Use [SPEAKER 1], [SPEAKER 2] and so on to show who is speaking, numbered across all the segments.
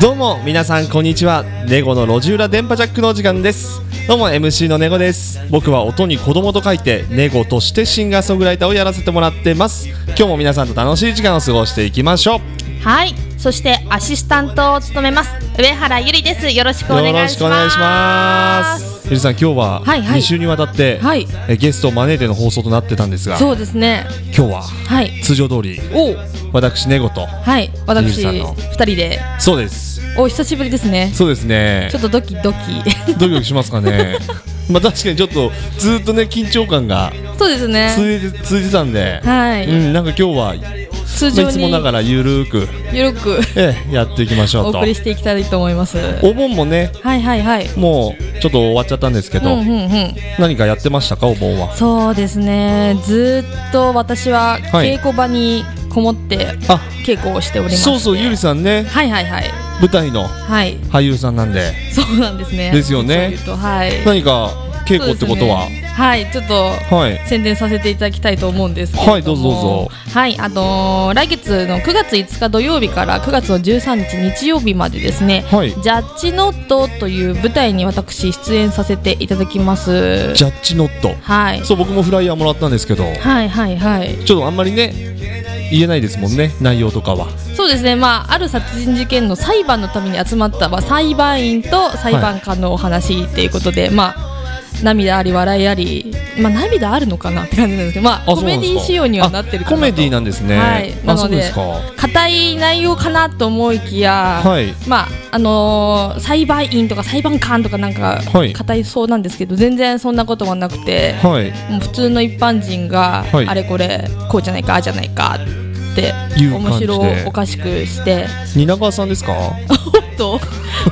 [SPEAKER 1] どうも皆さんこんにちはネゴの路地裏電波ジャックのお時間ですどうも MC のネゴです僕は音に子供と書いてネゴとしてシンガーソングライターをやらせてもらってます今日も皆さんと楽しい時間を過ごしていきましょ
[SPEAKER 2] はい、そしてアシスタントを務めます上原ゆりです。よろしく
[SPEAKER 1] う
[SPEAKER 2] お願い
[SPEAKER 1] よろし
[SPEAKER 2] します。
[SPEAKER 1] くお願いしますゆりさん今日は
[SPEAKER 2] はいはい
[SPEAKER 1] 2週にわたって、
[SPEAKER 2] はい
[SPEAKER 1] えゲストを招いての放送となってたんですが今
[SPEAKER 2] そうですね。
[SPEAKER 1] 日は
[SPEAKER 2] はい。
[SPEAKER 1] 通常通り
[SPEAKER 2] お、
[SPEAKER 1] 私ネゴと
[SPEAKER 2] はい。
[SPEAKER 1] ゆり
[SPEAKER 2] 私
[SPEAKER 1] さんの
[SPEAKER 2] 二人で、
[SPEAKER 1] そうです
[SPEAKER 2] お久しぶりですね。
[SPEAKER 1] そうですね
[SPEAKER 2] ちょっとドキ ドキ。
[SPEAKER 1] ドキドキしますか ねまあ確かにちょっとずっとね緊張感が
[SPEAKER 2] そうですね。
[SPEAKER 1] 続いて続いてたんで、
[SPEAKER 2] はい。
[SPEAKER 1] うん、なんか今日は
[SPEAKER 2] 通
[SPEAKER 1] い
[SPEAKER 2] 常
[SPEAKER 1] つも
[SPEAKER 2] に
[SPEAKER 1] ながらゆるーく、
[SPEAKER 2] ゆるく
[SPEAKER 1] ええやっていきましょ
[SPEAKER 2] お
[SPEAKER 1] うと
[SPEAKER 2] 送りしていきたいと思います。は
[SPEAKER 1] お盆もね
[SPEAKER 2] いはいはい。
[SPEAKER 1] もうちょっと終わっちゃったんですけ
[SPEAKER 2] うん
[SPEAKER 1] ど、
[SPEAKER 2] うんうん。
[SPEAKER 1] 何かやってましたかお盆は
[SPEAKER 2] そうですね。ずーっと私は
[SPEAKER 1] はい
[SPEAKER 2] 稽古場にこもって
[SPEAKER 1] あ
[SPEAKER 2] 稽古をしておりまして
[SPEAKER 1] そうそうゆりさんね
[SPEAKER 2] はいはいはい
[SPEAKER 1] 舞台の
[SPEAKER 2] はい。
[SPEAKER 1] 俳優さんなんで
[SPEAKER 2] そうなんですね。
[SPEAKER 1] ですよね
[SPEAKER 2] 実を言うとはい。
[SPEAKER 1] 何か稽古ってことは、
[SPEAKER 2] そうですねはいちょっと
[SPEAKER 1] はい
[SPEAKER 2] 宣伝させていただきたいと思うんですけれども
[SPEAKER 1] はいどうぞどうぞ
[SPEAKER 2] はいあのー来月の9月5日土曜日から9月の13日日曜日までですね、
[SPEAKER 1] はい
[SPEAKER 2] ジャッジノットという舞台に私出演させていただきます
[SPEAKER 1] ジャッジノット
[SPEAKER 2] はい
[SPEAKER 1] そう僕もフライヤーもらったんですけど
[SPEAKER 2] はいはいはい
[SPEAKER 1] ちょっとあんまりね言えないですもんね内容とかは
[SPEAKER 2] そうですねまあある殺人事件の裁判のために集まった、まあ、裁判員と裁判官のお話っていうことで、まあ涙あり笑いあり、まあ、涙あるのかなって感じなんですけど、まあ、コメディ仕様にはなってる
[SPEAKER 1] コ
[SPEAKER 2] かな
[SPEAKER 1] メ
[SPEAKER 2] と
[SPEAKER 1] ディなんですね、
[SPEAKER 2] はいな
[SPEAKER 1] あそ
[SPEAKER 2] ので
[SPEAKER 1] うですか
[SPEAKER 2] 硬い内容かなと思いきや、
[SPEAKER 1] はい
[SPEAKER 2] まああのー裁判員とか裁判官とかなんか
[SPEAKER 1] はい
[SPEAKER 2] 硬いそうなんですけど、全然そんなことはなくて、
[SPEAKER 1] はい
[SPEAKER 2] もう普通の一般人が、
[SPEAKER 1] はい
[SPEAKER 2] あれこれこうじゃないかああじゃないかって
[SPEAKER 1] いう感
[SPEAKER 2] 面
[SPEAKER 1] じで
[SPEAKER 2] 白おかしくして
[SPEAKER 1] 蜷川さんですか
[SPEAKER 2] おっと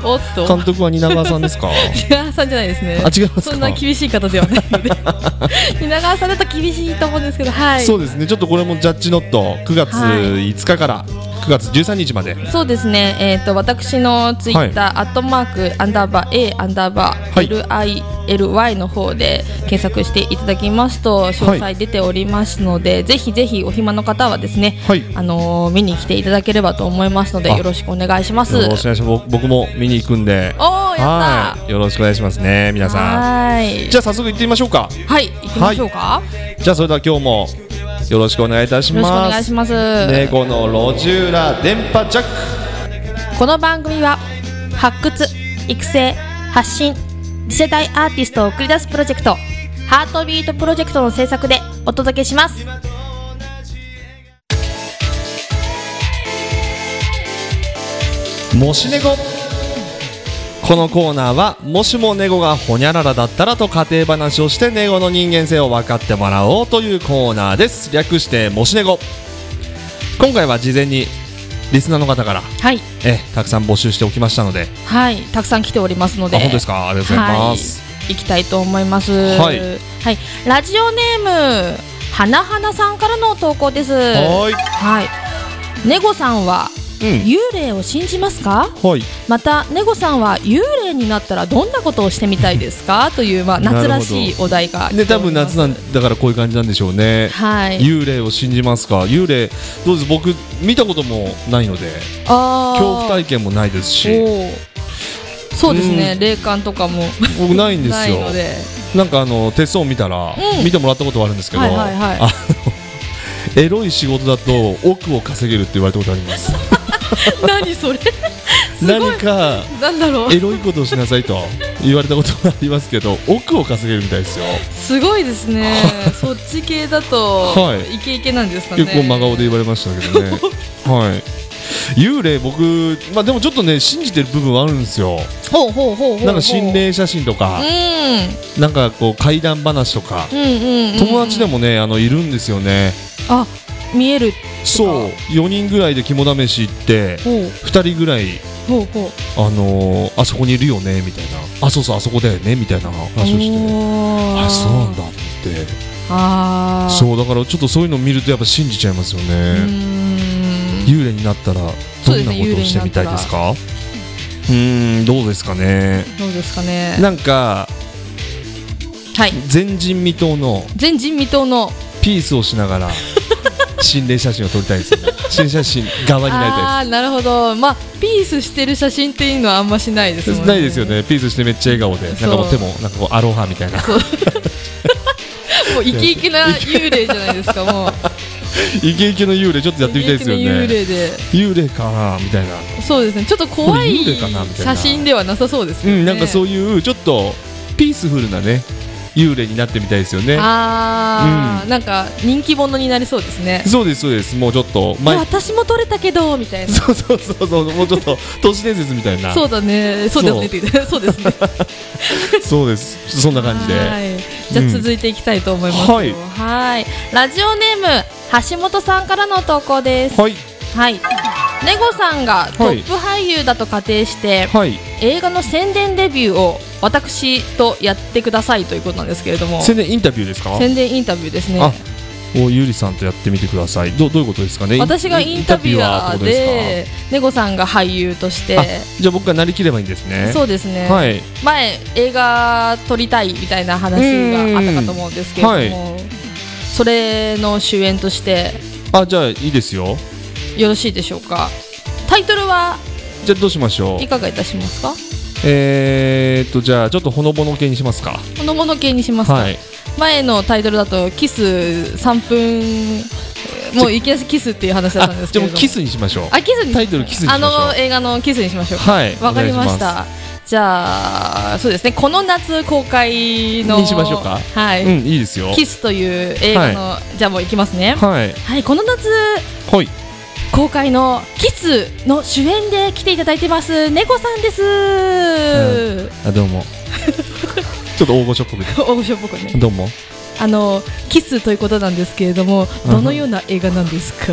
[SPEAKER 2] おっと
[SPEAKER 1] 監督は蜷川さんです か
[SPEAKER 2] 蜷川さんじゃないです
[SPEAKER 1] あ
[SPEAKER 2] ね
[SPEAKER 1] 違いますか
[SPEAKER 2] そんな厳しい方ではないので 蜷川さんだと厳しいと思うんですけどはい
[SPEAKER 1] そうですねちょっとこれもジャッジノット9月
[SPEAKER 2] はい
[SPEAKER 1] 5日から9月13日まで
[SPEAKER 2] そうですね、えー、と私のツイッター、アットマークアンダーバー A アンダーバ
[SPEAKER 1] はい
[SPEAKER 2] ー LILY の方で検索していただきますと詳細出ておりますので、ぜひぜひお暇の方はですね、
[SPEAKER 1] はい
[SPEAKER 2] あのー見に来ていただければと思いますので
[SPEAKER 1] あ
[SPEAKER 2] よろしくお願いします。お
[SPEAKER 1] よ
[SPEAKER 2] ー
[SPEAKER 1] ろしくお願いします僕も見に行くんで
[SPEAKER 2] やった
[SPEAKER 1] はいよろしくお願いしますね皆さん
[SPEAKER 2] はーい
[SPEAKER 1] じゃあ早速行ってみましょうか
[SPEAKER 2] はい行きましょうか、
[SPEAKER 1] じゃあそれでは今日もよろしくお願いいたし
[SPEAKER 2] よろしくお
[SPEAKER 1] ま
[SPEAKER 2] 願い
[SPEAKER 1] す
[SPEAKER 2] します、
[SPEAKER 1] 猫の路地裏電波ジャック
[SPEAKER 2] この番組は発掘育成発信次世代アーティストを送り出すプロジェクトハートビートプロジェクトの制作でお届けします
[SPEAKER 1] もし猫このコーナーはもしも猫がほにゃららだったらと家庭話をして猫の人間性を分かってもらおうというコーナーです略してもし猫今回は事前にリスナーの方から
[SPEAKER 2] はい
[SPEAKER 1] えたくさん募集しておきましたので
[SPEAKER 2] はいたくさん来ておりますので
[SPEAKER 1] あ本当ですかありがとうございます、
[SPEAKER 2] はい行きたいと思います
[SPEAKER 1] はい
[SPEAKER 2] はいラジオネームはなはなさんからの投稿ですは
[SPEAKER 1] はい
[SPEAKER 2] いネゴさんは
[SPEAKER 1] うん
[SPEAKER 2] 幽霊を信じますか
[SPEAKER 1] はい
[SPEAKER 2] またネゴさんは幽霊になったらどんなことをしてみたいですかというまあ夏らしいお題が
[SPEAKER 1] で多分夏
[SPEAKER 2] な
[SPEAKER 1] なんだからこういう感じなんでしょうね、
[SPEAKER 2] はい
[SPEAKER 1] 幽霊を信じますか幽霊どうです僕見たこともないので
[SPEAKER 2] あ
[SPEAKER 1] 恐怖
[SPEAKER 2] 体
[SPEAKER 1] 体験もないですし
[SPEAKER 2] 験そうですね、
[SPEAKER 1] うん
[SPEAKER 2] 霊感とかも
[SPEAKER 1] 僕ないんですよ
[SPEAKER 2] ないので
[SPEAKER 1] なんかあの手相を見たら、
[SPEAKER 2] うん
[SPEAKER 1] 見てもらったことはあるんですけど、
[SPEAKER 2] はいはいはい
[SPEAKER 1] あのエ ロい仕事だと億を稼げるって言われたことあります
[SPEAKER 2] 何それ すごい
[SPEAKER 1] 何か
[SPEAKER 2] なんだろう
[SPEAKER 1] エロいことをしなさいと言われたことはありますけ ど億を稼げるみたいですよ、
[SPEAKER 2] すごいですね そっち系だと、
[SPEAKER 1] はい
[SPEAKER 2] イケイケなんですかね
[SPEAKER 1] 結構真顔で言われましたけど ねはい幽霊僕、まあ、でもちょっとね信じてる部分はあるんですよ
[SPEAKER 2] ほうほうほうほうほう
[SPEAKER 1] なんか心霊写真とか、なんかこう怪談話とか、
[SPEAKER 2] うんうんうんうん
[SPEAKER 1] 友達で
[SPEAKER 2] も
[SPEAKER 1] もねあのいるんですよね
[SPEAKER 2] あ見える
[SPEAKER 1] そう4人ぐらいで肝試し行って
[SPEAKER 2] ほう
[SPEAKER 1] 2人ぐらい
[SPEAKER 2] ほうほう
[SPEAKER 1] あのーあそこにいるよねみたいなあそうそうあそこだよねみたいな話をして
[SPEAKER 2] あ
[SPEAKER 1] あそうなんだと思って
[SPEAKER 2] あー
[SPEAKER 1] そうだからちょっとそういうのを見るとやっぱ信じちゃいますよ
[SPEAKER 2] う
[SPEAKER 1] ね、
[SPEAKER 2] ーん
[SPEAKER 1] 幽霊になったらどんなこ
[SPEAKER 2] そ
[SPEAKER 1] とを
[SPEAKER 2] うですね
[SPEAKER 1] してみたいですかうーんどうですかね
[SPEAKER 2] どうですかね
[SPEAKER 1] なんか
[SPEAKER 2] はい
[SPEAKER 1] 前人未到の
[SPEAKER 2] 前人未到の
[SPEAKER 1] ピースをしながら心霊写真を撮りたいですよね新写真側になりた
[SPEAKER 2] あ
[SPEAKER 1] い
[SPEAKER 2] あーなるほどまあピースしてる写真っていうのはあんましないです
[SPEAKER 1] で
[SPEAKER 2] もん
[SPEAKER 1] す
[SPEAKER 2] ね
[SPEAKER 1] ないですよねピースしてめっちゃ笑顔でなんかもう
[SPEAKER 2] そ
[SPEAKER 1] 手
[SPEAKER 2] う
[SPEAKER 1] もなんかこうアロハみたいな
[SPEAKER 2] もうイケイケな幽霊じゃないですかもう
[SPEAKER 1] イケイケの幽霊ちょっとやってみたいですよ
[SPEAKER 2] イケイケな幽
[SPEAKER 1] ね
[SPEAKER 2] 霊で
[SPEAKER 1] 幽霊かなみたいな
[SPEAKER 2] そうですねちょっと怖い
[SPEAKER 1] これ幽霊かなみたいな
[SPEAKER 2] 写真ではなさそうです
[SPEAKER 1] う
[SPEAKER 2] よね
[SPEAKER 1] んなんかそうういうちょっとピースフルなね幽霊になってみたいですよね
[SPEAKER 2] ああ、
[SPEAKER 1] う
[SPEAKER 2] なんか人気者になりそうですね
[SPEAKER 1] そうですそうですもうちょっと前
[SPEAKER 2] 私も撮れたけどみた いな
[SPEAKER 1] そうそうそうそうもうちょっと都市伝説みたいな
[SPEAKER 2] そうだねそうですねって言ってそうですね
[SPEAKER 1] そうですそんな感じで
[SPEAKER 2] はいじゃあ続いていきたいと思いますよ、
[SPEAKER 1] はい
[SPEAKER 2] はいラジオネーム橋本さんからの投稿です
[SPEAKER 1] はい
[SPEAKER 2] はい、ネゴさんがトップ俳優だと仮定して、
[SPEAKER 1] はい
[SPEAKER 2] 映画の宣伝デビューを私とやってくださいということなんですけれども
[SPEAKER 1] 宣伝インタビューですか
[SPEAKER 2] 宣伝インタビューですね
[SPEAKER 1] あおゆりさんとやってみてくださいどどういうことですかね
[SPEAKER 2] 私がインタビュア
[SPEAKER 1] インタビュアーってこ
[SPEAKER 2] ー
[SPEAKER 1] とで
[SPEAKER 2] でネゴさんが俳優として
[SPEAKER 1] すかじゃあ僕がなりきればいいんですね
[SPEAKER 2] そうですね、
[SPEAKER 1] はい
[SPEAKER 2] 前映画撮りたいみたいな話があったかと思うんですけれども、それの主演として
[SPEAKER 1] あじゃあいいですよ
[SPEAKER 2] よろしいでしょうかタイトルは
[SPEAKER 1] じゃあどうしましょう
[SPEAKER 2] いかがいたしますか
[SPEAKER 1] えー、っとじゃあちょっとほのぼの系にしますか
[SPEAKER 2] このもの系にしますか、
[SPEAKER 1] はい
[SPEAKER 2] 前のタイトルだとキス3分もういきなりキスっていう話だったんですけ
[SPEAKER 1] じゃあも
[SPEAKER 2] れど
[SPEAKER 1] う
[SPEAKER 2] も
[SPEAKER 1] キスにしましょう
[SPEAKER 2] あキスに
[SPEAKER 1] タイトルキスにしましょう
[SPEAKER 2] あの映画のキスにしましょうか
[SPEAKER 1] はい
[SPEAKER 2] わかりまし
[SPEAKER 1] お願い
[SPEAKER 2] たじゃあそうですねこの夏公開の
[SPEAKER 1] にしましょうか
[SPEAKER 2] はい、
[SPEAKER 1] うんいいですよ
[SPEAKER 2] キスという映画の、じゃあもういきますね
[SPEAKER 1] はい
[SPEAKER 2] はいこの夏
[SPEAKER 1] はい
[SPEAKER 2] 公開のキスの主演で来ていただいてます猫さんです、
[SPEAKER 1] あどう もちょっと大御所っぽく て
[SPEAKER 2] 大御所っぽくね
[SPEAKER 1] どうも
[SPEAKER 2] あのキスということなんですけれども
[SPEAKER 1] うん
[SPEAKER 2] どのような映画なんですか、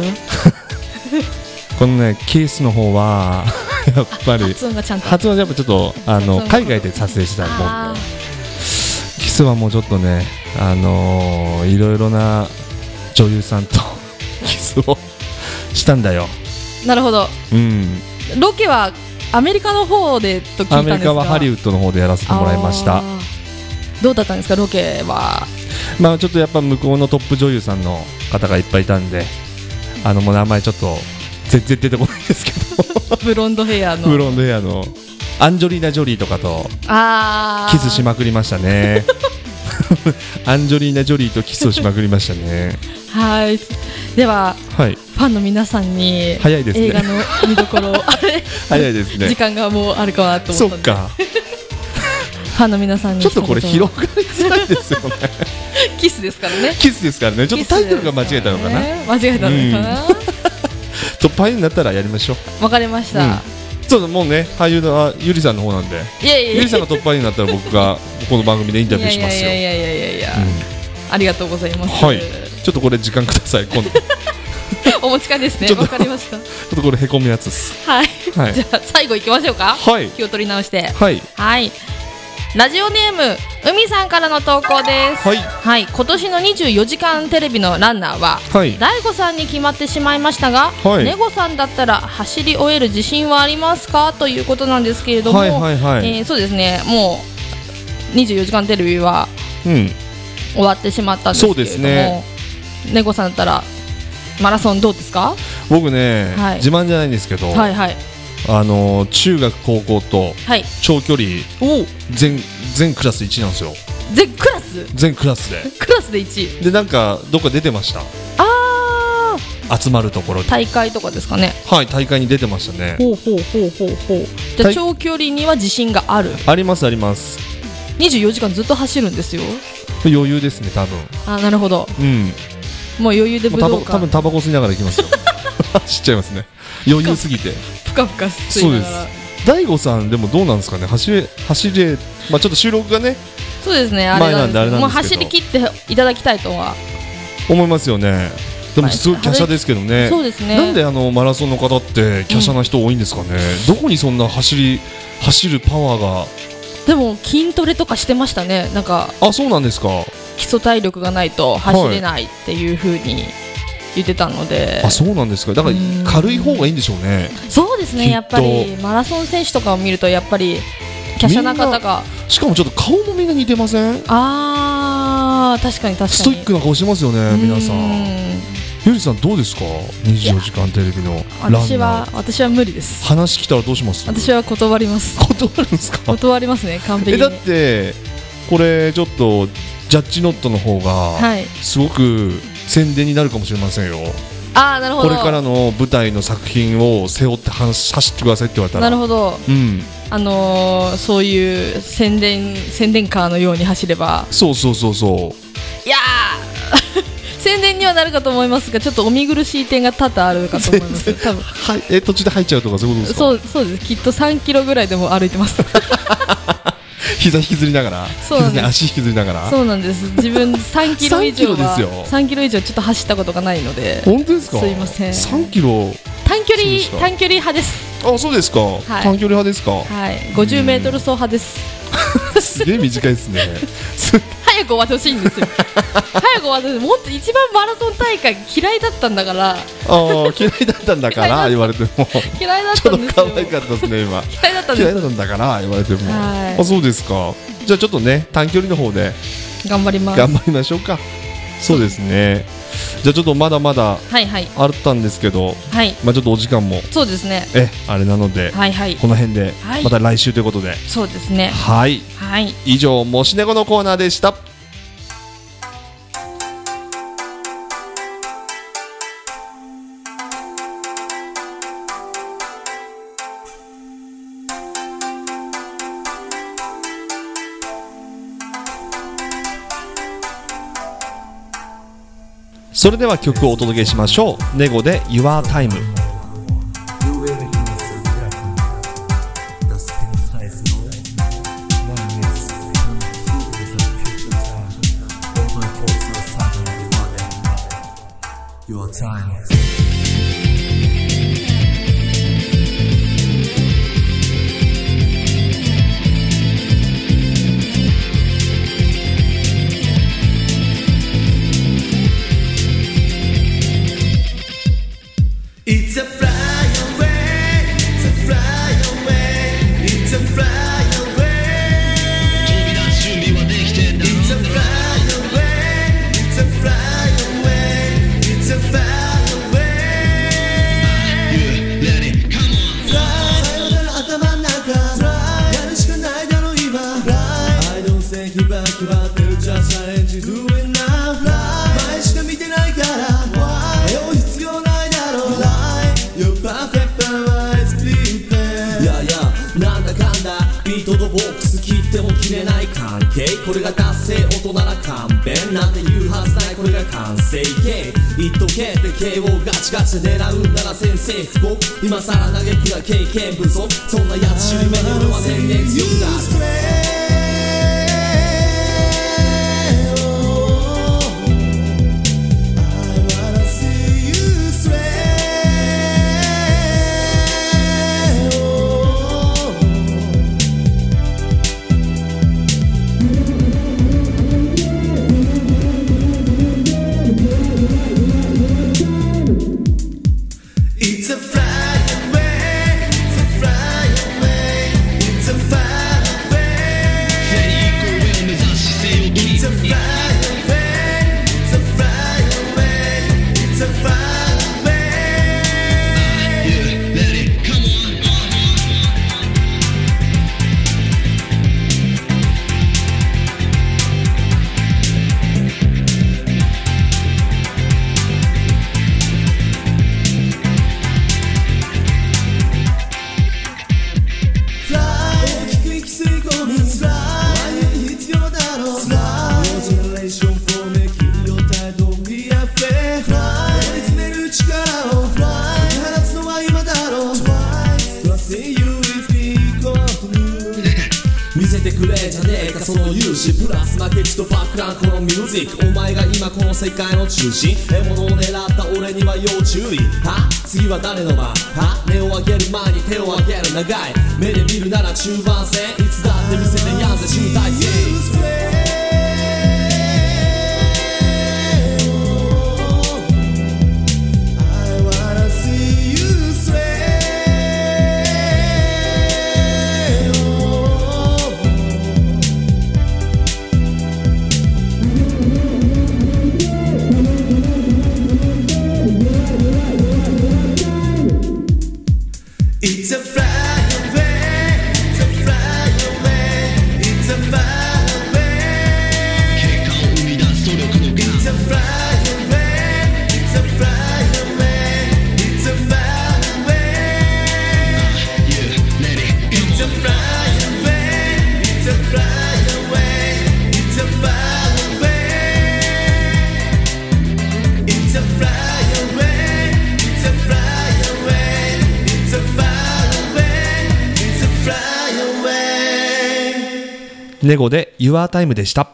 [SPEAKER 1] このねキスの方は やっぱり
[SPEAKER 2] 発音がちゃんと
[SPEAKER 1] 発音やっぱちょっとあ
[SPEAKER 2] 発音
[SPEAKER 1] の
[SPEAKER 2] が
[SPEAKER 1] 海外で撮影したもん
[SPEAKER 2] あ
[SPEAKER 1] で
[SPEAKER 2] ー
[SPEAKER 1] キスはもうちょっとねあのーいろいろな女優さんと キスをしたんだよ
[SPEAKER 2] なるほど
[SPEAKER 1] うん
[SPEAKER 2] ロケはアメリカの方でと聞いた
[SPEAKER 1] ア
[SPEAKER 2] ん
[SPEAKER 1] メ
[SPEAKER 2] ですが
[SPEAKER 1] リカはハリウッドの方でやらせてもらいました
[SPEAKER 2] あーどうだったんですかロケは
[SPEAKER 1] まあちょっとやっぱ向こうのトップ女優さんの方がいっぱいいたんであのもう名前ちょっと全然出てこないですけ
[SPEAKER 2] ブロンドヘア
[SPEAKER 1] どブ
[SPEAKER 2] の
[SPEAKER 1] ロンドヘアのアンジョリーナ・ジョリーとかと
[SPEAKER 2] あー
[SPEAKER 1] キスしまくりました ねアンジョリーナ・ジョリーとキスをしまくりましたね
[SPEAKER 2] はいでは
[SPEAKER 1] はい
[SPEAKER 2] ファンの皆さんに
[SPEAKER 1] 早いですね
[SPEAKER 2] 映画の見どころをあれ
[SPEAKER 1] 早いです ね
[SPEAKER 2] 時間がもうあるかなと思
[SPEAKER 1] そ
[SPEAKER 2] った
[SPEAKER 1] っ
[SPEAKER 2] んで
[SPEAKER 1] か
[SPEAKER 2] ファンの皆さんに
[SPEAKER 1] ちょっとこれ
[SPEAKER 2] 一言
[SPEAKER 1] 広がりづらいです よね
[SPEAKER 2] キスですからね
[SPEAKER 1] キスですからねちょっとタイトルが間違えたのかな、
[SPEAKER 2] キスですからね間違えたのかな、
[SPEAKER 1] とパイになったらやりましょう
[SPEAKER 2] わかりました、
[SPEAKER 1] うんそうだもうね俳優のはゆりさんの方なんで
[SPEAKER 2] いやいやいや
[SPEAKER 1] ゆりさんが突破になったら僕が この番組でインタビューしますよ
[SPEAKER 2] いやいやいやいやいや、
[SPEAKER 1] うん
[SPEAKER 2] ありがとうございます。
[SPEAKER 1] はいちょっとこれ時間ください今度 ちょ
[SPEAKER 2] お持ち帰りですね。
[SPEAKER 1] ちょっと
[SPEAKER 2] わかりました。
[SPEAKER 1] っとこれへこむやつです
[SPEAKER 2] はい。
[SPEAKER 1] はい
[SPEAKER 2] じゃあ最後行きましょうか。
[SPEAKER 1] はい
[SPEAKER 2] 気を取り直して。
[SPEAKER 1] はい
[SPEAKER 2] はい。ラジオネーム海さんからの投稿です。
[SPEAKER 1] はい
[SPEAKER 2] 今年の24時間テレビのランナーは。
[SPEAKER 1] はい
[SPEAKER 2] 大悟さんに決まってしまいましたが、
[SPEAKER 1] はい
[SPEAKER 2] ネゴさんだったら走り終える自信はありますかということなんですけれども、
[SPEAKER 1] はいはいはい
[SPEAKER 2] えーそうですね、もう24時間テレビは
[SPEAKER 1] うん
[SPEAKER 2] 終わってしまったんですけれども、
[SPEAKER 1] そうですね
[SPEAKER 2] ネゴさんだったらマラソンどうですか？
[SPEAKER 1] 僕ね、
[SPEAKER 2] はい
[SPEAKER 1] 自慢じゃないんですけど、
[SPEAKER 2] はいはい
[SPEAKER 1] あのー中学高校と
[SPEAKER 2] はい。
[SPEAKER 1] 長距離
[SPEAKER 2] おお、
[SPEAKER 1] 全全クラス1位なんですよ
[SPEAKER 2] 全クラス
[SPEAKER 1] 全クラスで
[SPEAKER 2] クラスで1位。
[SPEAKER 1] でなんかどっか出てました
[SPEAKER 2] ああ、
[SPEAKER 1] 集まるところに
[SPEAKER 2] 大会とかですかね。
[SPEAKER 1] はい大会に出てましたね
[SPEAKER 2] ほうほうほうほうほう。じゃあ
[SPEAKER 1] 大
[SPEAKER 2] 長距離には自信がある。
[SPEAKER 1] ありますあります
[SPEAKER 2] 24時間ずっと走るんですよ。
[SPEAKER 1] 余裕ですね多分
[SPEAKER 2] あーなるほど。
[SPEAKER 1] うん
[SPEAKER 2] もう余裕で
[SPEAKER 1] も
[SPEAKER 2] 武
[SPEAKER 1] うタバ多
[SPEAKER 2] 道
[SPEAKER 1] 分
[SPEAKER 2] 館
[SPEAKER 1] タバコ吸いながら行き ますよ走っちゃいますね余裕すぎて
[SPEAKER 2] ぷかぷか吸
[SPEAKER 1] そ
[SPEAKER 2] いうな
[SPEAKER 1] で
[SPEAKER 2] がら。
[SPEAKER 1] す大悟さんでもどうなんですかね走れ走れまあちょっと収録がね
[SPEAKER 2] そうですね。あれなん
[SPEAKER 1] 前な
[SPEAKER 2] です
[SPEAKER 1] んであれなんですけど
[SPEAKER 2] もう走り切っていただきたいとは。
[SPEAKER 1] 思いますよねでも
[SPEAKER 2] まあ
[SPEAKER 1] すごい華奢ですけどね
[SPEAKER 2] そうですね。
[SPEAKER 1] なんであのマラソンの方って華奢な人多いんですかね、どこにそんな走り走るパワー
[SPEAKER 2] でも筋トレとかしてましたね。なんか
[SPEAKER 1] があそうなんですか
[SPEAKER 2] 基礎体力がないと走れないっていう風に言ってたので、
[SPEAKER 1] あそうなんですかだから
[SPEAKER 2] うん
[SPEAKER 1] 軽い方がいいんでしょうね
[SPEAKER 2] そうです
[SPEAKER 1] きっ
[SPEAKER 2] ね
[SPEAKER 1] と
[SPEAKER 2] やっぱりマラソン選手とかを見るとやっぱり華奢な方
[SPEAKER 1] みん
[SPEAKER 2] が
[SPEAKER 1] しかもちょっと顔もみんな似てません
[SPEAKER 2] あー確かに確かに
[SPEAKER 1] ストイックな顔してますよね皆さん
[SPEAKER 2] う
[SPEAKER 1] ゆりさんどうですか24時間テレビのランナー
[SPEAKER 2] 私は私は無理です
[SPEAKER 1] 話来たらどうします
[SPEAKER 2] 私は断ります
[SPEAKER 1] 断るんです か
[SPEAKER 2] 断りますね完
[SPEAKER 1] え
[SPEAKER 2] 璧に
[SPEAKER 1] だってこれちょっとジャッジノットの方が
[SPEAKER 2] はい
[SPEAKER 1] すごく宣伝になるかもしれませんよ、
[SPEAKER 2] ああなるほ
[SPEAKER 1] こ
[SPEAKER 2] ど
[SPEAKER 1] れからの舞台の作品を背負って走走ってくださいって言われたら
[SPEAKER 2] なるほど
[SPEAKER 1] うん、
[SPEAKER 2] あのーそういう宣伝宣伝カーのように走れば
[SPEAKER 1] そうそうそうそう
[SPEAKER 2] いやー宣伝にはなるかと思いますがちょっとお見苦しい点が多々あるかと思います 多分
[SPEAKER 1] はい、え途中で入っちゃうとかそういうことですか
[SPEAKER 2] そうそうですきっと3キロぐらいでも歩いてます
[SPEAKER 1] 膝引きずりながら
[SPEAKER 2] そうなんです
[SPEAKER 1] 膝 足引きずりながら
[SPEAKER 2] そうなんです自分3キロ以上
[SPEAKER 1] 3
[SPEAKER 2] は
[SPEAKER 1] キロですよ
[SPEAKER 2] 3キロ以上ちょっと走ったことがないので
[SPEAKER 1] 本当ですか
[SPEAKER 2] すいません
[SPEAKER 1] 3キロ
[SPEAKER 2] 短距
[SPEAKER 1] そうですか
[SPEAKER 2] 離短距離派です
[SPEAKER 1] あそうですか、短距離派ですか、
[SPEAKER 2] はい50メートル走派です
[SPEAKER 1] すげえ短いです ねす
[SPEAKER 2] 早く終わってほしいんですよ 早く終わってほしいもっと一番マラソン大会嫌いだったんだから
[SPEAKER 1] ああ嫌いだったんだ から言われてもち
[SPEAKER 2] 嫌いだっ
[SPEAKER 1] ょ
[SPEAKER 2] たん
[SPEAKER 1] っと可
[SPEAKER 2] ですよ
[SPEAKER 1] 愛かったですね今
[SPEAKER 2] 嫌いだったん
[SPEAKER 1] 嫌い
[SPEAKER 2] で
[SPEAKER 1] だったんだから言われても、
[SPEAKER 2] はい
[SPEAKER 1] あそうですかじゃあちょっとね短距離の方です
[SPEAKER 2] 頑張ります
[SPEAKER 1] 頑張りましょうかそうですねじゃあちょっとまだまだ
[SPEAKER 2] はいはい
[SPEAKER 1] あったんですけど
[SPEAKER 2] はい
[SPEAKER 1] まあちょっとお時間も
[SPEAKER 2] そうですね
[SPEAKER 1] えあれなので、
[SPEAKER 2] はいはい
[SPEAKER 1] この辺で
[SPEAKER 2] はい
[SPEAKER 1] また来週ということで
[SPEAKER 2] そうですね
[SPEAKER 1] はい
[SPEAKER 2] はい
[SPEAKER 1] 以上「もし猫」のコーナーでしたそれでは曲をお届けしましょう「ネゴで YourTime」
[SPEAKER 3] Das Fenster ist auf. Man ist Your time.
[SPEAKER 4] It's a fly away, it's a fly away, it's a fly away. 飛び出す準備はできてんだろ It's a fly away, it's a fly away, it's a fly away. Ready, come on. Fly, さよなら頭の中 Fly, やるしかないだろ今 Fly, I don't think back about the just challenge do it now Fly, 前しか見てないから Why 迷う必要ないだろ Fly, your perfect eyes be there
[SPEAKER 5] いやいやなんだかんだビートとボックス切っても切れない関係これが達成大人な勘弁なんて言うはずないこれが完成形言っとけって慶応ガチガチで狙うんなら先生不幸今さら嘆くが経験不足そんなやつより目には全然強くなる
[SPEAKER 4] It's a fly away, it's a fly away, it's a fly away. 全員一個上を目指し姿勢を取り It's a fly away, it's a fly away, it's a fly away. Fly 大きく息吸い込み Fly 前に必要だろう Fly Your generation for making your time don't be afraid Fly やり詰める力を Fly 放つのは今だろう Twice Trusting you with me equal to you
[SPEAKER 5] 見せてくれじゃねえかその勇姿プラス負けじとバックランこのミュージックお前が今この世界の中心獲物を狙った俺には要注意は次は誰の番は根を上げる前に手を上げる長い目で見るなら中盤戦いつだって見せてやんぜ集大成
[SPEAKER 4] Fly
[SPEAKER 1] ネゴで Your Time でした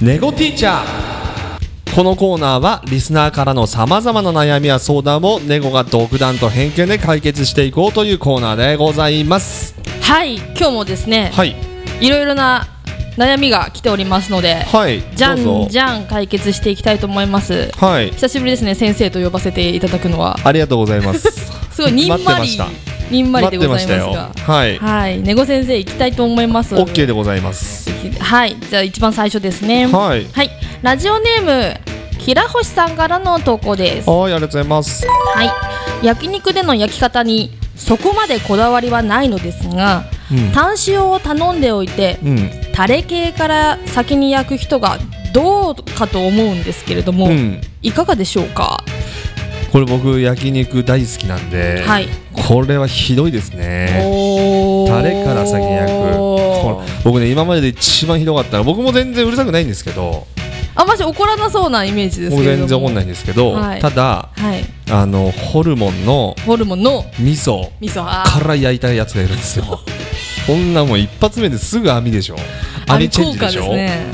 [SPEAKER 1] ネゴティーチャーこのコーナーはリスナーからのさまざまな悩みや相談をネゴが独断と偏見で解決していこうというコーナーでございます
[SPEAKER 2] はい今日もですね、
[SPEAKER 1] はい
[SPEAKER 2] い、ろいろな悩みが来ておりますので、
[SPEAKER 1] はい
[SPEAKER 2] じ
[SPEAKER 1] どう
[SPEAKER 2] ゃ
[SPEAKER 1] んぞ
[SPEAKER 2] じゃん解決していきたいと思います
[SPEAKER 1] はい
[SPEAKER 2] 久しぶりですね先生と呼ばせていただくのは
[SPEAKER 1] ありがとうございます
[SPEAKER 2] すごいにんまり
[SPEAKER 1] 待ってました
[SPEAKER 2] にんまりでございま す
[SPEAKER 1] 待って
[SPEAKER 2] が
[SPEAKER 1] ましたよはい
[SPEAKER 2] はい猫先生行きたいと思います
[SPEAKER 1] オッケーでございます
[SPEAKER 2] はいじゃあ一番最初ですね
[SPEAKER 1] はい
[SPEAKER 2] ラジオネーム平星さんからの投稿ですは
[SPEAKER 1] はいありがとうございます
[SPEAKER 2] い焼肉での焼き方にそこまでこだわりはないのですが、
[SPEAKER 1] うん
[SPEAKER 2] タン塩を頼んでおいて、
[SPEAKER 1] うん
[SPEAKER 2] タレ系から先に焼く人がどうかと思うんですけれども、
[SPEAKER 1] うん
[SPEAKER 2] いかがでしょうか
[SPEAKER 1] これ僕焼肉大好きなんで、
[SPEAKER 2] はい
[SPEAKER 1] これはひどいですねタ
[SPEAKER 2] タ
[SPEAKER 1] レから先に焼くこれ僕ね今までで一番ひどかったの僕も全然うるさくないんですけど
[SPEAKER 2] あまし怒らなそうなイメージです
[SPEAKER 1] 僕
[SPEAKER 2] けれど
[SPEAKER 1] 全
[SPEAKER 2] も
[SPEAKER 1] 然思んないんですけど、
[SPEAKER 2] はい
[SPEAKER 1] ただ
[SPEAKER 2] はい
[SPEAKER 1] あのホルモンの
[SPEAKER 2] ホルモンの
[SPEAKER 1] 味噌
[SPEAKER 2] 味噌あー
[SPEAKER 1] から焼いたやつがいるんですよこんなもん一発目ですぐ網でしょ網チェンジでしょ
[SPEAKER 2] あれ効果ですね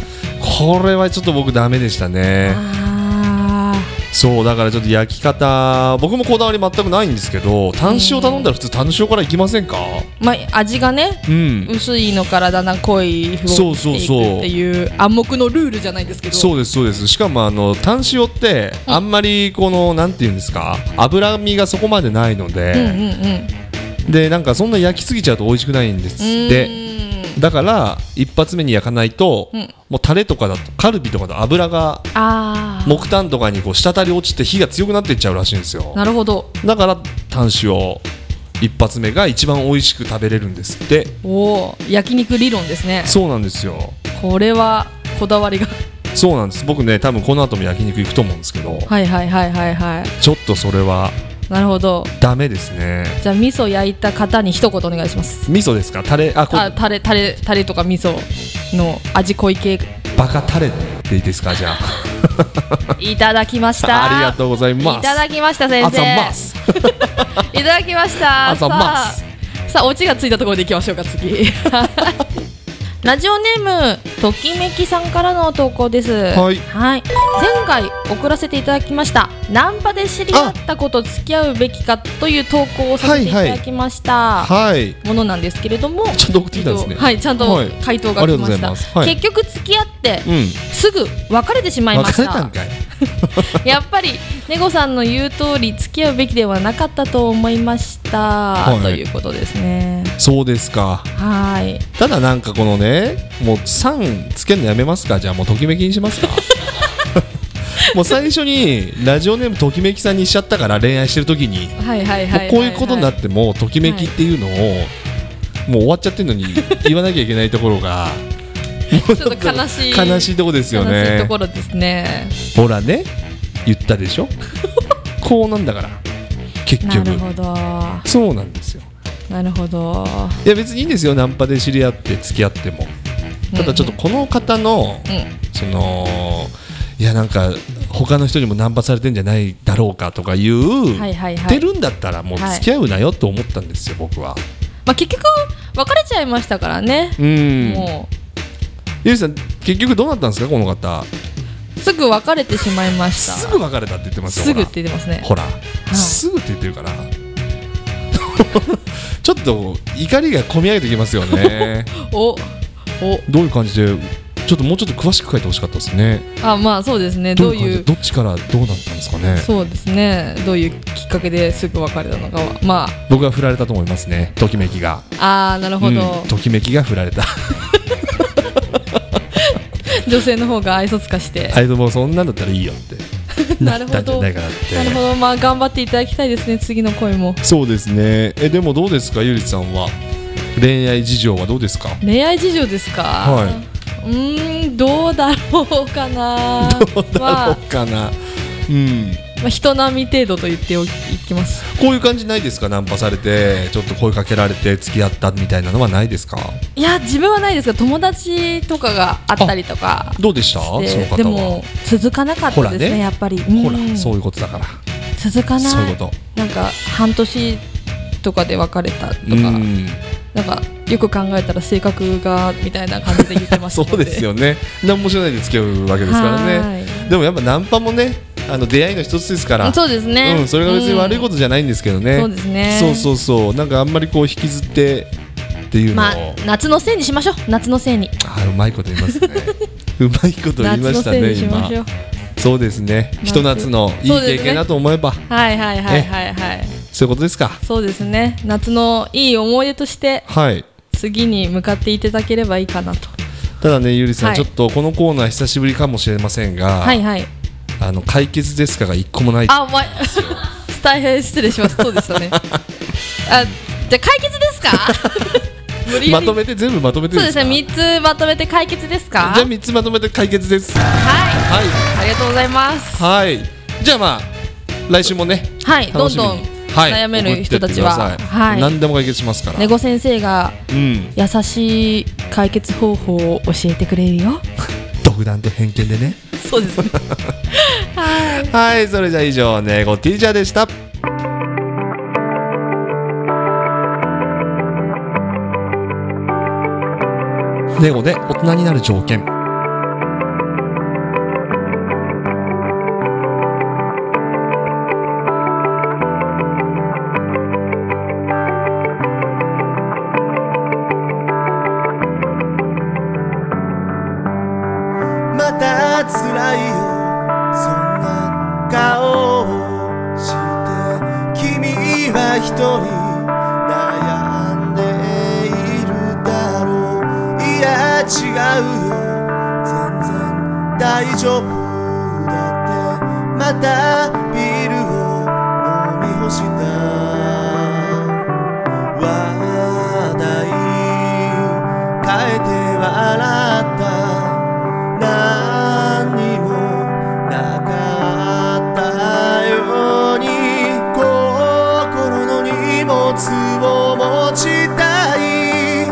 [SPEAKER 1] これはちょっと僕ダメでしたね
[SPEAKER 2] あ
[SPEAKER 1] そうだからちょっと焼き方僕もこだわり全くないんですけど単塩頼んだら普通単塩からいきませんか
[SPEAKER 2] ーまあ味がね
[SPEAKER 1] うん
[SPEAKER 2] 薄いのからだんだん濃い風
[SPEAKER 1] そう
[SPEAKER 2] を
[SPEAKER 1] そう
[SPEAKER 2] していく
[SPEAKER 1] そう
[SPEAKER 2] っていう暗黙のルールじゃないですけど
[SPEAKER 1] そうですそうですしかもあの単塩ってあんまりこのなんていうんですか脂身がそこまでないの
[SPEAKER 2] うんうん
[SPEAKER 1] で、
[SPEAKER 2] うんう
[SPEAKER 1] でなんかそんな焼きすぎちゃうと美味しくないんです
[SPEAKER 2] ーん
[SPEAKER 1] ってだから一発目に焼かないと、
[SPEAKER 2] ん
[SPEAKER 1] もうタレとかだとカルビとかだと油が
[SPEAKER 2] ああ
[SPEAKER 1] 木炭とかにこう滴り落ちて火が強くなっていっちゃうらしいんですよ
[SPEAKER 2] なるほど
[SPEAKER 1] だから単塩一発目が一番美味しく食べれるんですって
[SPEAKER 2] おお焼肉理論ですね
[SPEAKER 1] そうなんですよ
[SPEAKER 2] これはこだわりが
[SPEAKER 1] そうなんです僕ね多分この後も焼肉行くと思うんですけど、
[SPEAKER 2] はいはいはいはいは
[SPEAKER 1] ちょっとそれはい
[SPEAKER 2] なるほど
[SPEAKER 1] ダメですね
[SPEAKER 2] じゃあ味噌焼いた方に一言お願いします
[SPEAKER 1] 味噌ですかタレあこ
[SPEAKER 2] あタレタレタレとか味噌の味濃い系
[SPEAKER 1] バカタレっていいですかじゃあ
[SPEAKER 2] いただきました
[SPEAKER 1] ありがとうございます
[SPEAKER 2] いただきました先生
[SPEAKER 1] あざます
[SPEAKER 2] いただきました。
[SPEAKER 1] あざます
[SPEAKER 2] さあ、さあ、オチがついたところでいきましょうか、次。 ラジオネーム、ときめきさんからの投稿です。はい前回送らせていただきました。ナンパで知り合った子と付き合うべきかという投稿をさせていただきました。
[SPEAKER 1] はい
[SPEAKER 2] ものなんですけれども、
[SPEAKER 1] ちゃんと送ってきたんですね
[SPEAKER 2] はい、ちゃんと
[SPEAKER 1] はい
[SPEAKER 2] 回答が来ま
[SPEAKER 1] ありがとうござい
[SPEAKER 2] し
[SPEAKER 1] ま
[SPEAKER 2] た。
[SPEAKER 1] すはい
[SPEAKER 2] 結局付き合って、
[SPEAKER 1] うん
[SPEAKER 2] すぐ別れてしまいまし
[SPEAKER 1] 別
[SPEAKER 2] た。
[SPEAKER 1] れたんかい
[SPEAKER 2] やっぱりネゴさんの言う通り付き合うべきではなかったと思いました、
[SPEAKER 1] い
[SPEAKER 2] ということですね
[SPEAKER 1] そうですか
[SPEAKER 2] はい
[SPEAKER 1] ただなんかこのねもう3つけるのやめますかじゃあもうときめきにし ますかもう最初にラジオネームときめきさんにしちゃったから恋愛してる時に
[SPEAKER 2] はいはいはいは
[SPEAKER 1] もうこういうことになってもときめきっていうのをもう終わっちゃってるのに言わなきゃいけないところが
[SPEAKER 2] ちょっと悲しい
[SPEAKER 1] 悲しいとこですよ
[SPEAKER 2] 悲しい
[SPEAKER 1] ね
[SPEAKER 2] ところですね
[SPEAKER 1] ほらね言ったでし ょこうなんだから結
[SPEAKER 2] なる
[SPEAKER 1] 局
[SPEAKER 2] ほど
[SPEAKER 1] そうなんですよ
[SPEAKER 2] なるほど
[SPEAKER 1] いや別にいいんですよナンパで知り合って付き合ってもただちょっとこの方の、
[SPEAKER 2] う
[SPEAKER 1] そのいやなんか他の人にもナンパされてんじゃないだろうかとか言う、
[SPEAKER 2] はいはいはい
[SPEAKER 1] てるんだったらもう
[SPEAKER 2] はい
[SPEAKER 1] 付き合うなよと思ったんですよ、僕は
[SPEAKER 2] まあ結局別れちゃいましたからね、
[SPEAKER 1] うん
[SPEAKER 2] も
[SPEAKER 1] ゆうじさん結局どうなったんですかこの方
[SPEAKER 2] うすぐ別れてしまいました
[SPEAKER 1] すぐ別れたって言ってますよ
[SPEAKER 2] すぐって言ってますね
[SPEAKER 1] ほら、ほら
[SPEAKER 2] い
[SPEAKER 1] すぐって言ってるから ちょっと怒りがこみ上げてきますよね
[SPEAKER 2] おお
[SPEAKER 1] どういう感じでちょっともうちょっと詳しく書いてほしかったですね
[SPEAKER 2] あまあそうですねどう
[SPEAKER 1] 感
[SPEAKER 2] い
[SPEAKER 1] じ
[SPEAKER 2] う
[SPEAKER 1] どっちからどうなったんですかね
[SPEAKER 2] そうですねどういうきっかけですぐ別れたのかはまあ
[SPEAKER 1] 僕は振られたと思いますねときめきが
[SPEAKER 2] あーなるほど、
[SPEAKER 1] うんときめきが振ら れた
[SPEAKER 2] 女性の方が愛想つかして、
[SPEAKER 1] あいつもうそんなんだったらいいよ って
[SPEAKER 2] な
[SPEAKER 1] な
[SPEAKER 2] る
[SPEAKER 1] った
[SPEAKER 2] ほど
[SPEAKER 1] んじゃないかなって
[SPEAKER 2] なるほどまあ頑張っていただきたいですね次の恋も
[SPEAKER 1] そうですねえでもどうですかゆりさんは恋愛事情はどうですか
[SPEAKER 2] 恋愛事情ですか
[SPEAKER 1] はいう
[SPEAKER 2] ーんどうだろうかなま
[SPEAKER 1] どう
[SPEAKER 2] あ、
[SPEAKER 1] かな、うん
[SPEAKER 2] まあ、人並み程度と言っておきいきます
[SPEAKER 1] こういう感じないですかナンパされてちょっと声かけられて付き合ったみたいなのはないですか
[SPEAKER 2] いや自分はないですが友達とかがあったりとか
[SPEAKER 1] どうでしたその
[SPEAKER 2] で
[SPEAKER 1] 方は
[SPEAKER 2] でも続かなかったです
[SPEAKER 1] ほら
[SPEAKER 2] ね
[SPEAKER 1] ね
[SPEAKER 2] やっぱり
[SPEAKER 1] ほ
[SPEAKER 2] う
[SPEAKER 1] ら
[SPEAKER 2] ん
[SPEAKER 1] そういうことだから
[SPEAKER 2] 続かない
[SPEAKER 1] そういうこと
[SPEAKER 2] なんか半年とかで別れたとか、
[SPEAKER 6] うん
[SPEAKER 2] なんかよく考えたら性格がみたいな感じで言ってました
[SPEAKER 6] そ
[SPEAKER 2] ので
[SPEAKER 6] うですよね何も知らないで付き合うわけですから
[SPEAKER 2] は
[SPEAKER 6] ね
[SPEAKER 2] い
[SPEAKER 6] でもやっぱナンパもねあの出会いの一つですから
[SPEAKER 2] そうですね、
[SPEAKER 6] うん、それが別に悪いことじゃないんですけどね、
[SPEAKER 2] うんそうですね
[SPEAKER 6] そうそうそうなんかあんまりこう引きずってっていうのを、
[SPEAKER 2] まあ夏のせいにしましょう夏のせいに
[SPEAKER 6] あーうまいこと言います ねうまいこと言いま
[SPEAKER 2] 夏の
[SPEAKER 6] した
[SPEAKER 2] せい
[SPEAKER 6] ね
[SPEAKER 2] にしま
[SPEAKER 6] 今
[SPEAKER 2] しょう
[SPEAKER 6] そうですねひと夏のいい
[SPEAKER 2] そうですね
[SPEAKER 6] 経験だと思えばそう,、
[SPEAKER 2] はいはいはいはいはい
[SPEAKER 6] いうことですか
[SPEAKER 2] そうですね夏のいい思い出として
[SPEAKER 6] はい
[SPEAKER 2] 次に向かっていただければいいかなと
[SPEAKER 6] ただねゆりさん、
[SPEAKER 2] はい
[SPEAKER 6] ちょっとこのコーナー久しぶりかもしれませんが、
[SPEAKER 2] はいはい
[SPEAKER 6] あの解決ですかが一個もない
[SPEAKER 2] あお前大変失礼しましたそうでした ねあじゃあ解決ですか無理や
[SPEAKER 6] ま
[SPEAKER 2] り
[SPEAKER 6] とめて全部まとめて
[SPEAKER 2] そう
[SPEAKER 6] で
[SPEAKER 2] ですすね
[SPEAKER 6] か
[SPEAKER 2] 三つまとめて解決ですか
[SPEAKER 6] じゃあ3つまとめて解決ですは
[SPEAKER 2] はい
[SPEAKER 6] い
[SPEAKER 2] ありがとうございます
[SPEAKER 6] はいじゃあまあ来週もね
[SPEAKER 2] はいど
[SPEAKER 6] 楽
[SPEAKER 2] ん
[SPEAKER 6] しみ
[SPEAKER 2] どん
[SPEAKER 6] にはい
[SPEAKER 2] 悩める人たち
[SPEAKER 6] 送っ
[SPEAKER 2] は、
[SPEAKER 6] てってください
[SPEAKER 2] はい、
[SPEAKER 6] 何でも解決しますから、
[SPEAKER 2] ネゴ先生が
[SPEAKER 6] うん
[SPEAKER 2] 優しい解決方法を教えてくれるよ。
[SPEAKER 6] 独断と偏見でね
[SPEAKER 2] そうですね。はい。
[SPEAKER 6] はいそれじゃあ以上ネゴティーチャーでしたネゴで大人になる条件
[SPEAKER 1] また辛いよそんな顔をして君は一人悩んでいるだろういや違うよ全然大丈夫だってまたビールを飲み干した話題変えて笑った何にもなかったように心の荷物を持ちたい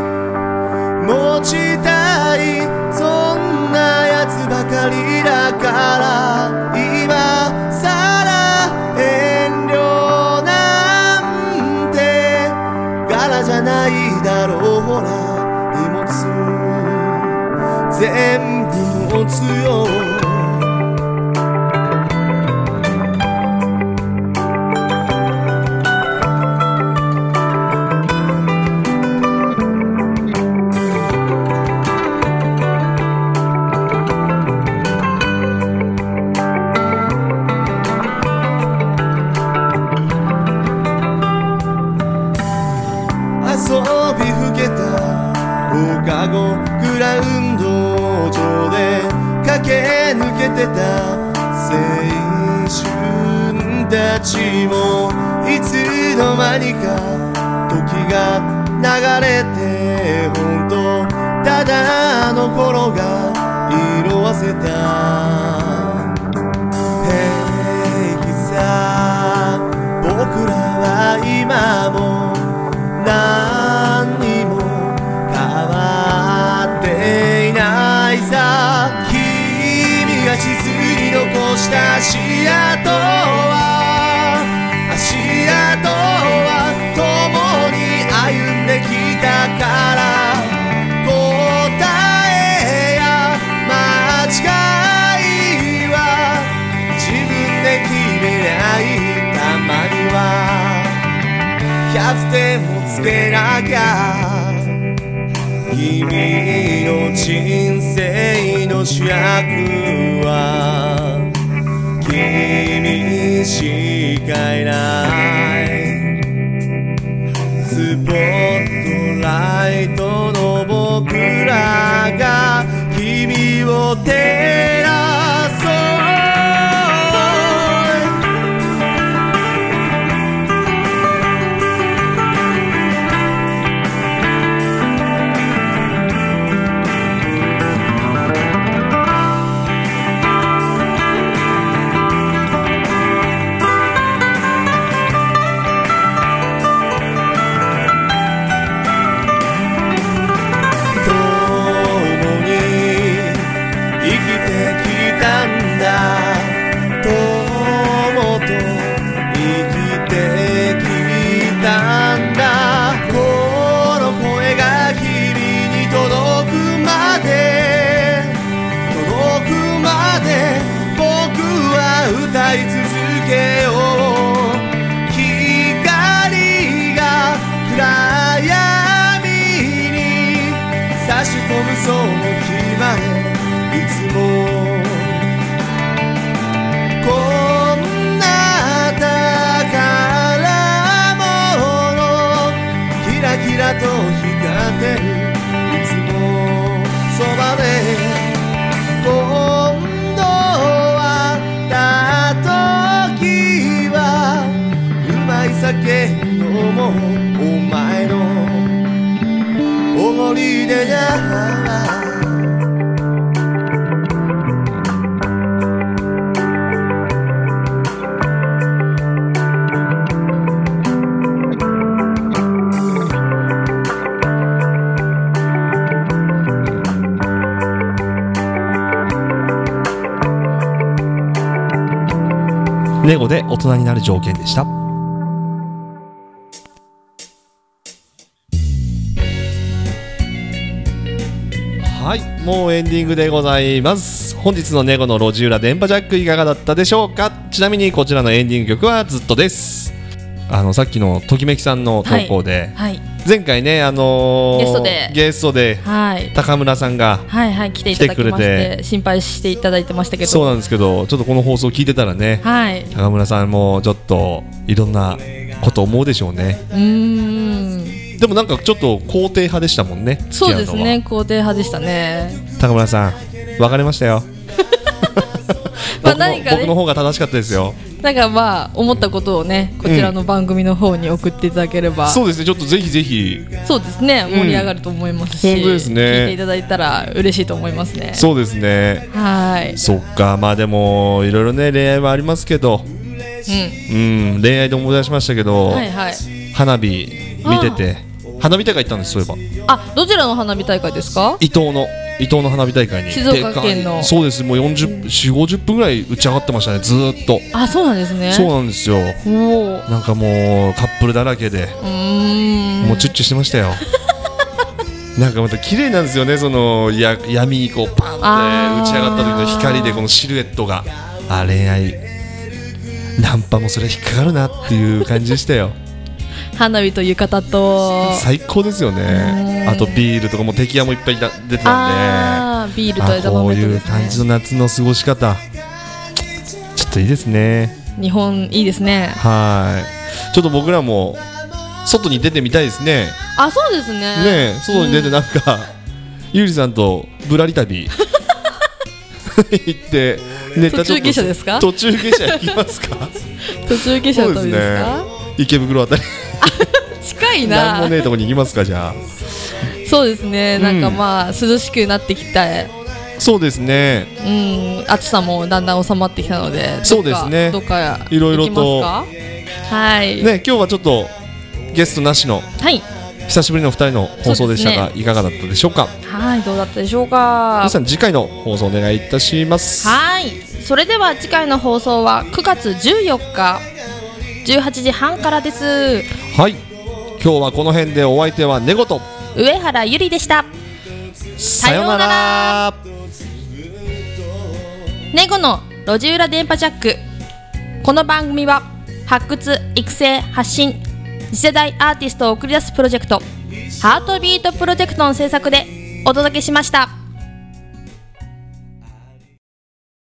[SPEAKER 1] 持ちたいそんなやつばかりだから今さら遠慮なんて柄じゃないだろうほら荷物全部持つよ遊びふけた放課後グラウンド上で駆け抜けてた青春たちもいつの間にか時が流れて本当ただあの頃が色あせた平気さ僕らは今も何にも変わっていないさ君が地図に残した足跡は足跡は共に歩んできたから答えや間違いは自分で決めないたまには100点をつけなきゃ君の人生の主役は君しかいないスポットライトの僕らが君を照らそう共に生きて
[SPEAKER 4] のお前のおごりでな
[SPEAKER 1] ネゴで大人になる条件でしたはいもうエンディングでございます本日のネゴの路地裏電波ジャックいかがだったでしょうかちなみにこちらのエンディング曲はずっとですあのさっきのときめきさんの投稿で、
[SPEAKER 2] はい
[SPEAKER 1] 前回ねあのー
[SPEAKER 2] ゲストで
[SPEAKER 1] ゲストで
[SPEAKER 2] はい
[SPEAKER 1] 高村さんが
[SPEAKER 2] はいはい来ていただきまし
[SPEAKER 1] 来てくれ
[SPEAKER 2] て心配していただいてましたけど
[SPEAKER 1] そうなんですけどちょっとこの放送聞いてたらね
[SPEAKER 2] はい、う
[SPEAKER 1] 高村さんもちょっといろんなこと思うでしょうね
[SPEAKER 2] ーん
[SPEAKER 1] でもなんかちょっと肯定派でしたもんね付き
[SPEAKER 2] そう
[SPEAKER 1] 合のは
[SPEAKER 2] ですね肯定派でしたね
[SPEAKER 1] 高村さん別れましたよ
[SPEAKER 2] ま
[SPEAKER 1] 僕
[SPEAKER 2] あ
[SPEAKER 1] の
[SPEAKER 2] 何かね
[SPEAKER 1] 僕の方が正しかったですよ
[SPEAKER 2] なんかまあ思ったことをねこちらの番組の方に送っていただければ、
[SPEAKER 1] そうですねちょっとぜひぜひ
[SPEAKER 2] そうですね盛り上がると思いますし、
[SPEAKER 1] 本当ですね
[SPEAKER 2] 聞いていただいたら嬉しいと思いますね
[SPEAKER 1] そうですね
[SPEAKER 2] はい、
[SPEAKER 1] そっかまあでもいろいろね恋愛はありますけど
[SPEAKER 2] う
[SPEAKER 1] うん恋愛で思い出しましたけど、
[SPEAKER 2] ん、はいはい
[SPEAKER 1] 花火見てて花火大会行ったんですそういえば
[SPEAKER 2] あどちらの花火大会ですか
[SPEAKER 1] 伊東の伊東の花火大会に
[SPEAKER 2] 静岡県の
[SPEAKER 1] でかいそうですもう40 4 5 0分ぐらい打ち上がってましたねずーっと
[SPEAKER 2] あそうなんですね
[SPEAKER 1] そうなんですよ
[SPEAKER 2] おー
[SPEAKER 1] なんかもうカップルだらけで
[SPEAKER 2] うーん
[SPEAKER 1] もうチュッチュしてました よなんかまた綺麗なんですよねそのや闇にこうパン
[SPEAKER 2] あー
[SPEAKER 1] って打ち上がった時の光でこのシルエットがあ恋愛ナンパもそれ引っかかるなっていう感じで したよ
[SPEAKER 2] 花火と浴衣と
[SPEAKER 1] 最高ですよねあとビールとかも敵屋もいっぱいだ出てたんで
[SPEAKER 2] あービールと
[SPEAKER 1] あ
[SPEAKER 2] 枝
[SPEAKER 1] こう
[SPEAKER 2] 豆と
[SPEAKER 1] い
[SPEAKER 2] で
[SPEAKER 1] う
[SPEAKER 2] すね
[SPEAKER 1] 感じの夏の過ごし方ちょっといいですね
[SPEAKER 2] 日本いいですね
[SPEAKER 1] はいちょっと僕らも外に出てみたいですね
[SPEAKER 2] あそうですね
[SPEAKER 1] ねえ外に出てなんか、ゆりさんとぶらり旅行ってネタちょっと
[SPEAKER 2] 途中下車ですか
[SPEAKER 1] 途中下車行きますか
[SPEAKER 2] 途中下車の旅ですか
[SPEAKER 1] 池袋あたり
[SPEAKER 2] 近い
[SPEAKER 1] なんも
[SPEAKER 2] な
[SPEAKER 1] ねえとこに行きますかじゃあ
[SPEAKER 2] そうですねなんか
[SPEAKER 1] うん
[SPEAKER 2] まあ涼しくなってきて
[SPEAKER 1] そうですね
[SPEAKER 2] うん暑さもだんだん収まってきたので
[SPEAKER 1] そうですね
[SPEAKER 2] どっか
[SPEAKER 1] いろいろと
[SPEAKER 2] 行きますかはい
[SPEAKER 1] ね今日はちょっとゲストなしの
[SPEAKER 2] はい
[SPEAKER 1] 久しぶりの2人の放送でした
[SPEAKER 2] そう
[SPEAKER 1] が、
[SPEAKER 2] で
[SPEAKER 1] いかがだったでしょうか
[SPEAKER 2] はいどうだったでしょうか
[SPEAKER 1] 皆さん次回の放送お願いいたします
[SPEAKER 2] はいそれでは次回の放送は9月14日18時半からです
[SPEAKER 1] はい今日はこの辺でお相手はネゴと
[SPEAKER 2] 上原ゆりでした
[SPEAKER 1] さような
[SPEAKER 2] さような
[SPEAKER 1] ら
[SPEAKER 2] 猫の路地裏電波ジャックこの番組は発掘育成発信次世代アーティストを送り出すプロジェクトハートビートプロジェクトの制作でお届けしました